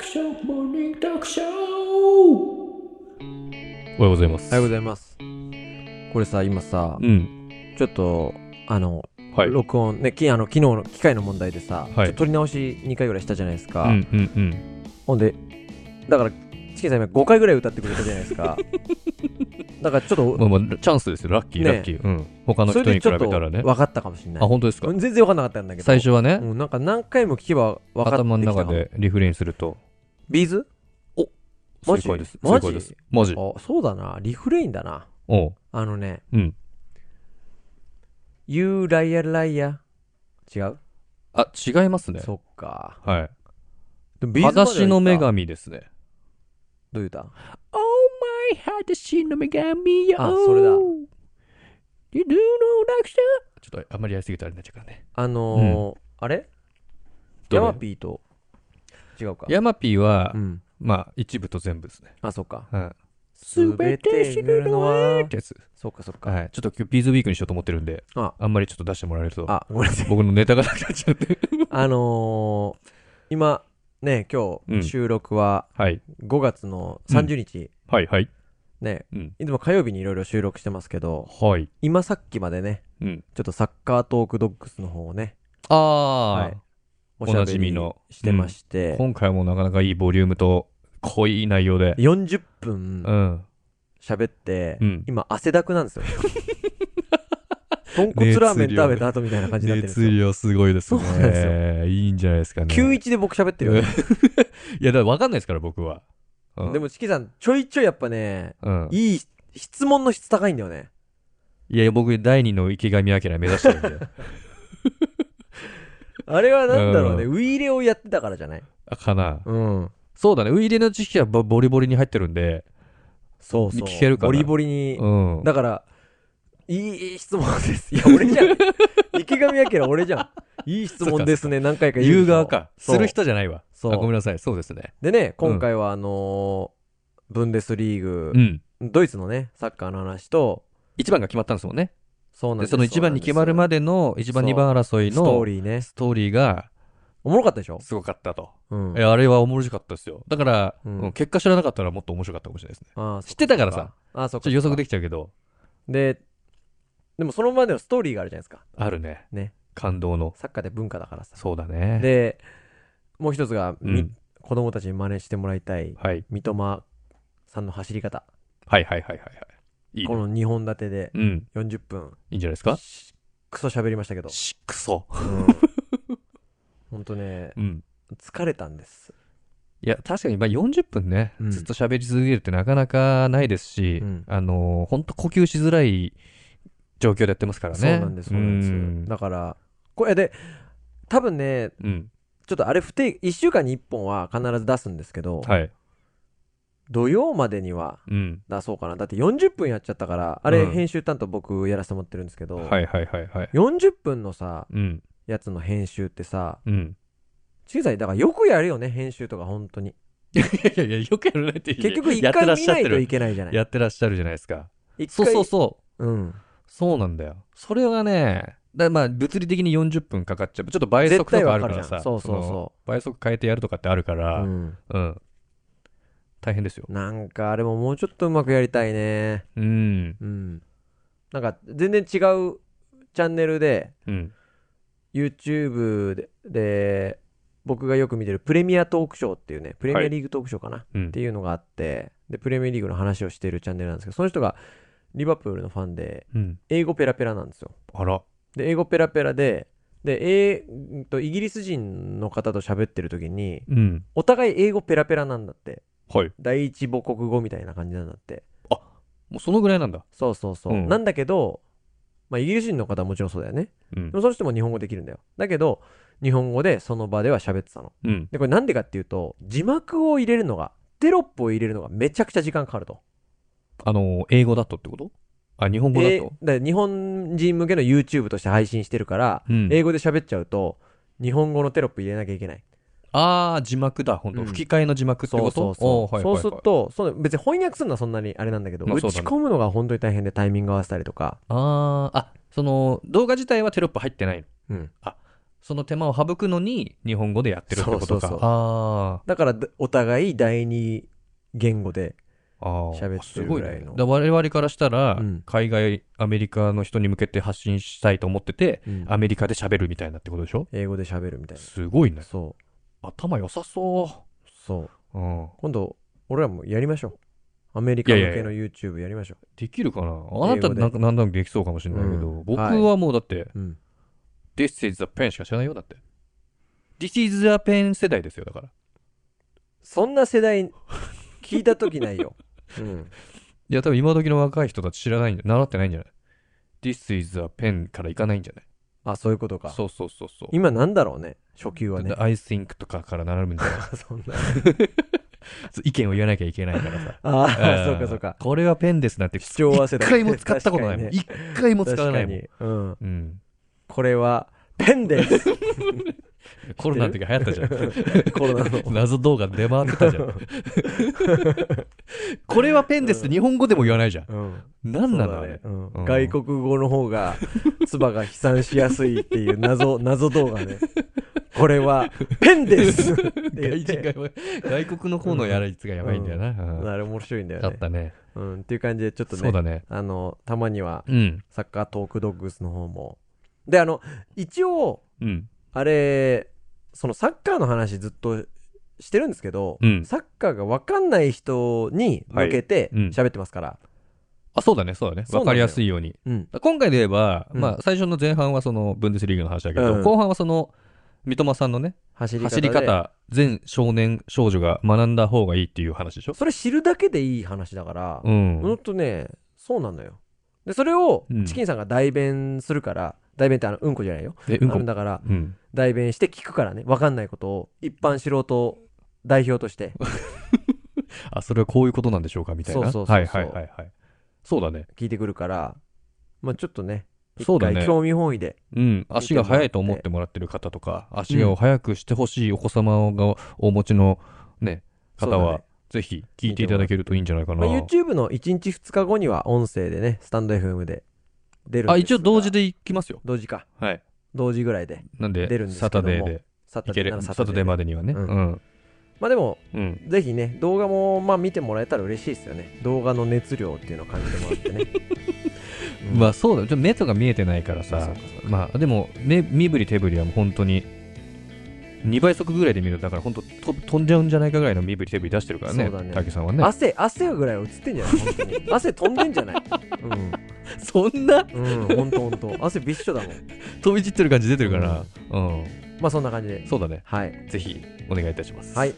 ショー、モーニングトークショー。おはようございまおす。はようございます。これさ、今さ、うん。ちょっと、あの、はい。うん録音、ね、きあの昨日の機械の問題でさ、いちょっと撮り直し2回ぐらいしたじゃないですか。うんうん。ほんで、だから、チキンさん今5回ぐらい歌ってくれたじゃないで すか。だからちょっまと、あまあ、チャンスですよ。ラッキー、ねラッキー。うん。他のそ人れでにち比ょべっとたら分ね。かったかもしれない。あ、本当ですかう。ん全然分かんなかったんだけど。最初はね、うん、なんか何回も聞けば分かってきた頭の中かも。でリフレインすると、ビーズマジ正解です。マ正ジ解です。マジ。あ、そうだな。リフレインだな。おう。あのね、うん。 You liar liar。違う、あ、違いますね。そっか。はい。でもビーズまでは私の言女った神ですね。どういう歌 Oh my, 私の女神よあそれだ You do no ちょっとあんまりやりすぎたらあれになっちゃうからね。あのーあれどヤれマピーと違うか。ヤマピーは、うん。まあ、一部と全部ですね。あ、そっか。はい。すべて知るのはってやつ。そっかそっか。はい。ちょっと今日ビーズウィークにしようと思ってるんで、ああんまりちょっと出してもらえると、あ、ごめん なさい。僕のネタがなくなっちゃって。 あのー今、ね、今うん日、収録ははい。 5月の30日、はい、はい。ね、うん。いつも火曜日にいろいろ収録してますけど、はい。今さっきまでね、うん。ちょっとサッカートークドッグスの方をね、あはいあ、おしゃおなべじみりのしてまして、今回もなかなかいいボリュームと、濃い内容で。 40う分ん。喋って、うん今汗だくなんで すよ。豚骨ラーメン食べた後みたいな感じになってるんです熱よ。量すごいですそうなんですね。いいんじゃないですかね。 91で僕喋ってるよね。 いや、だから分かんないですから、僕は。うんで、も、チキさん、ちょいちょいやっぱね、うん。いい、質問の質高いんだよね。いや、僕、第二の池上彰目指してるんで。 あれはなんだろうね、うウイレをやってたからじゃないあかな。うん。そうだね。ウイレの知識はボボリボリに入ってるんで。そうそう。聞けるかなボリボリに。うん。だから、いい質問です。いや、俺じゃん。 池上彰俺じゃん。いい質問ですね、何回か言うでしょ言う側か。すそうる人じゃないわ。そうあごめんなさい。そうですね。でね、今回はあのーブンデスリーグう、ん。ドイツのね、サッカーの話と、一番が決まったんですもんね。そうなんで、ですその一番に決まるまででの、一番そう二番争いのストーのリーね。ストーリーが、おもろかったでしょすごかったと。うんい。やあれは面白かったですよ。だから、うんうん結果知らなかったらもっと面白かったかもしれないですね。ああ知ってたからさ、。ああ、ちょそっっと。か予測できちゃうけど、で、でもそのまでのストーリーがあるじゃないですか。あるね。ね。感動の。サッカーで文化だからさ。そうだね。で、もう一つが、うみん、子供たちに真似してもらいたい、はい。三笘さんの走り方。はいはいはいはいはい。いいねこの2本立てでうん。 40分、いいんじゃないですかしクソ喋りました けど。しくそ。ほんとね、うん。疲れたんです。いや、確かに、まあ、40分ね、うんずっと喋り続けるってなかなかないですし、うんあのー、ほんと呼吸しづらい状況でやってますからね。そうなんです、そうなんうんです。だから、これで、多分ね、うん。ちょっとあれ不定、1週間に1本は必ず出すんですけど、はい。土曜までにはうん。出そうかな。だって40分やっちゃったから、あれうん編集担当僕やらせてもらってるんですけど、はいはいはいはい。 40分のさ、うん。やつの編集ってさ、うん。小さい、だからよくやるよね、編集とか本当に。いやいや、よくやらないって結局一回見ないといけないじゃない。やってらっしゃるじゃないですか。一そう回そうそう。うん。そうなんだよ。それがね、だまあ物理的に40分かかっちゃう。ちょっと倍速絶と対かあわるかかるじゃらん。さ。そうそうのそ倍速変えてやるとかってあるかう。ら、ううん。ん、大変ですよ。なんかあれももうちょっとうまくやりたいね。うん。うん。なんか全然違うチャンネルで、うん。 YouTube でで僕がよく見てるプレミアトークショーっていうねプレミアリーグトークショーかな、うんっていうのがあってでプレミアリーグの話をしているチャンネルなんですけどその人がリバプールのファンでうん。英語ペラペラなんですよあら。で英語ペラペラでで、えーうんとイギリス人の方と喋ってる時にうん。お互い英語ペラペラなんだってはい。第一母国語みたいな感じなんだってもうそのぐらいなんだ。そうそうそう、うんなんだけど、まあ、イギリス人の方はもちろんそうだよねうんでも。その人も日本語できるんだよだけど日本語でその場では喋ってたのうん。で、これなんでかっていうと、字幕を入れるのが、テロップを入れるのがめちゃくちゃ時間かかると。あのー、英語だとってことあ、日本語だえと。だから日本人向けの YouTube として配信してるから、うん英語で喋っちゃうと、日本語のテロップ入れなきゃいけない。ああ、字幕だ。本当、うん吹き替えの字幕ってそこうそとうそう。おーはいはいそはういすると、その別に翻訳するのはそんなにあれなんだけど、まあ打そうだねち込むのが本当に大変でタイミング合わせたりとか。ああ、あ、その、動画自体はテロップ入ってないの。うん。その手間を省くのに、日本語でやってるってことか。そうそうそうあだからだお互い第二言語でーあー。喋ってるぐらいのすごねだ我々からしたら、うん海外、アメリカの人に向けて発信したいと思ってて、アメリカで喋るみたいなってことでしょ英語で喋るみたいすごいなね。そ頭良さそうそうう。うん。今度俺らもやりましょうアメリカ向けの YouTube やりましょできるかなあなたなんかなんだかできそうかもしれないけど、うん僕はもうだって、う、うん、 This is the pen しか知らないよ、だって。This is the pen 世代ですよ、だから。そんな世代聞いた時ないよ、うん、いや、多分今時の若い人たち知らないんで、習ってないんじゃない ?This is a pen からいかないんじゃないあそういうことかそうそうそうそう。今なんだろうね初級はね I think とかから並ぶんじゃない そんな。そう意見を言わなきゃいけないからさ あんあそうかそうかこれはペンですなんて、主張合わせ一だ回も使ったことないもん。確一回も使かわになねいもん。確かにうんうん。これはペンです コロナの時流行ったじゃん。 コロナの謎動画出回ってたじゃ ん。これはペンですって日本語でも言わないじゃん。うんなんなのそあうだれね。うんうん外国語の方が唾が飛散しやすいっていう 謎謎動画ねこれはペンで すって言外って人が外国の方のやらいつがやばいんだよな。うんあれ面白いんだあよっねたね。うんっていう感じでちょっとそうねだね。あのたまにはうん。サッカートークドッグスの方もであの一応うん。あれそのサッカーの話ずっとしてるんですけど、うんサッカーが分かんない人に向けてはいうん喋ってますから、あ、そうだね、そうだね。そうわなんだよかりやすいように。うん今回で言えば、うんまあ、最初の前半はその、ブンデスリーグの話だけど、うん後半はその、三笘さんのね、走り方走でり方、全少年少女が学んだ方がいいっていう話でしょそれ知るだけでいい話だから、うほん。んとねそうなのよでそれをうんチキンさんが代弁するから、代弁ってあのうんこじゃないよ、え、うんあこの。だからうん。代弁して聞くからね分かんないことを一般素人代表としてあ、それはこういうことなんでしょうかみたいな。そうそうそうそうはいはいはいはい。そうだね。聞いてくるからまあちょっとねそうだ一ね回。興味本位でうん。足が速いと思ってもらってる方とか、足を速くしてほしいお子様がお持ちのね、そう方だねは、ぜひ聞いていただけるといいんじゃないかまなあ、。YouTube の1日2日後には音声でねスタンド FM で出るんですがあ、一応同時で行きますよ。同時かはい。同時ぐらいでなん出るんで、ですサけタどもデーで。サいけるならサタデーまでにはね。ううんん。まあでもうん。ぜひね動画もまあ見てもらえたら嬉しいですよね動画の熱量っていうのを感じてもらっ てね、うんまあそうだ、ちょっと目とか見えてないからそうさかそう、かまあでも、目身振り手振りはもう本当に、2倍速ぐらいで見ると、だから本当と飛んじゃうんじゃないかぐらいの身振り手振り出してるからねそうだね、竹さんはね。汗汗ぐらいは映ってんじゃない本当に汗飛んでんじゃないそんなうんうんほんとほんと汗びっしょだもん飛び散ってる感じ出てるから、うん。まあそんな感じでそうだね。はいぜひお願いいたします。はい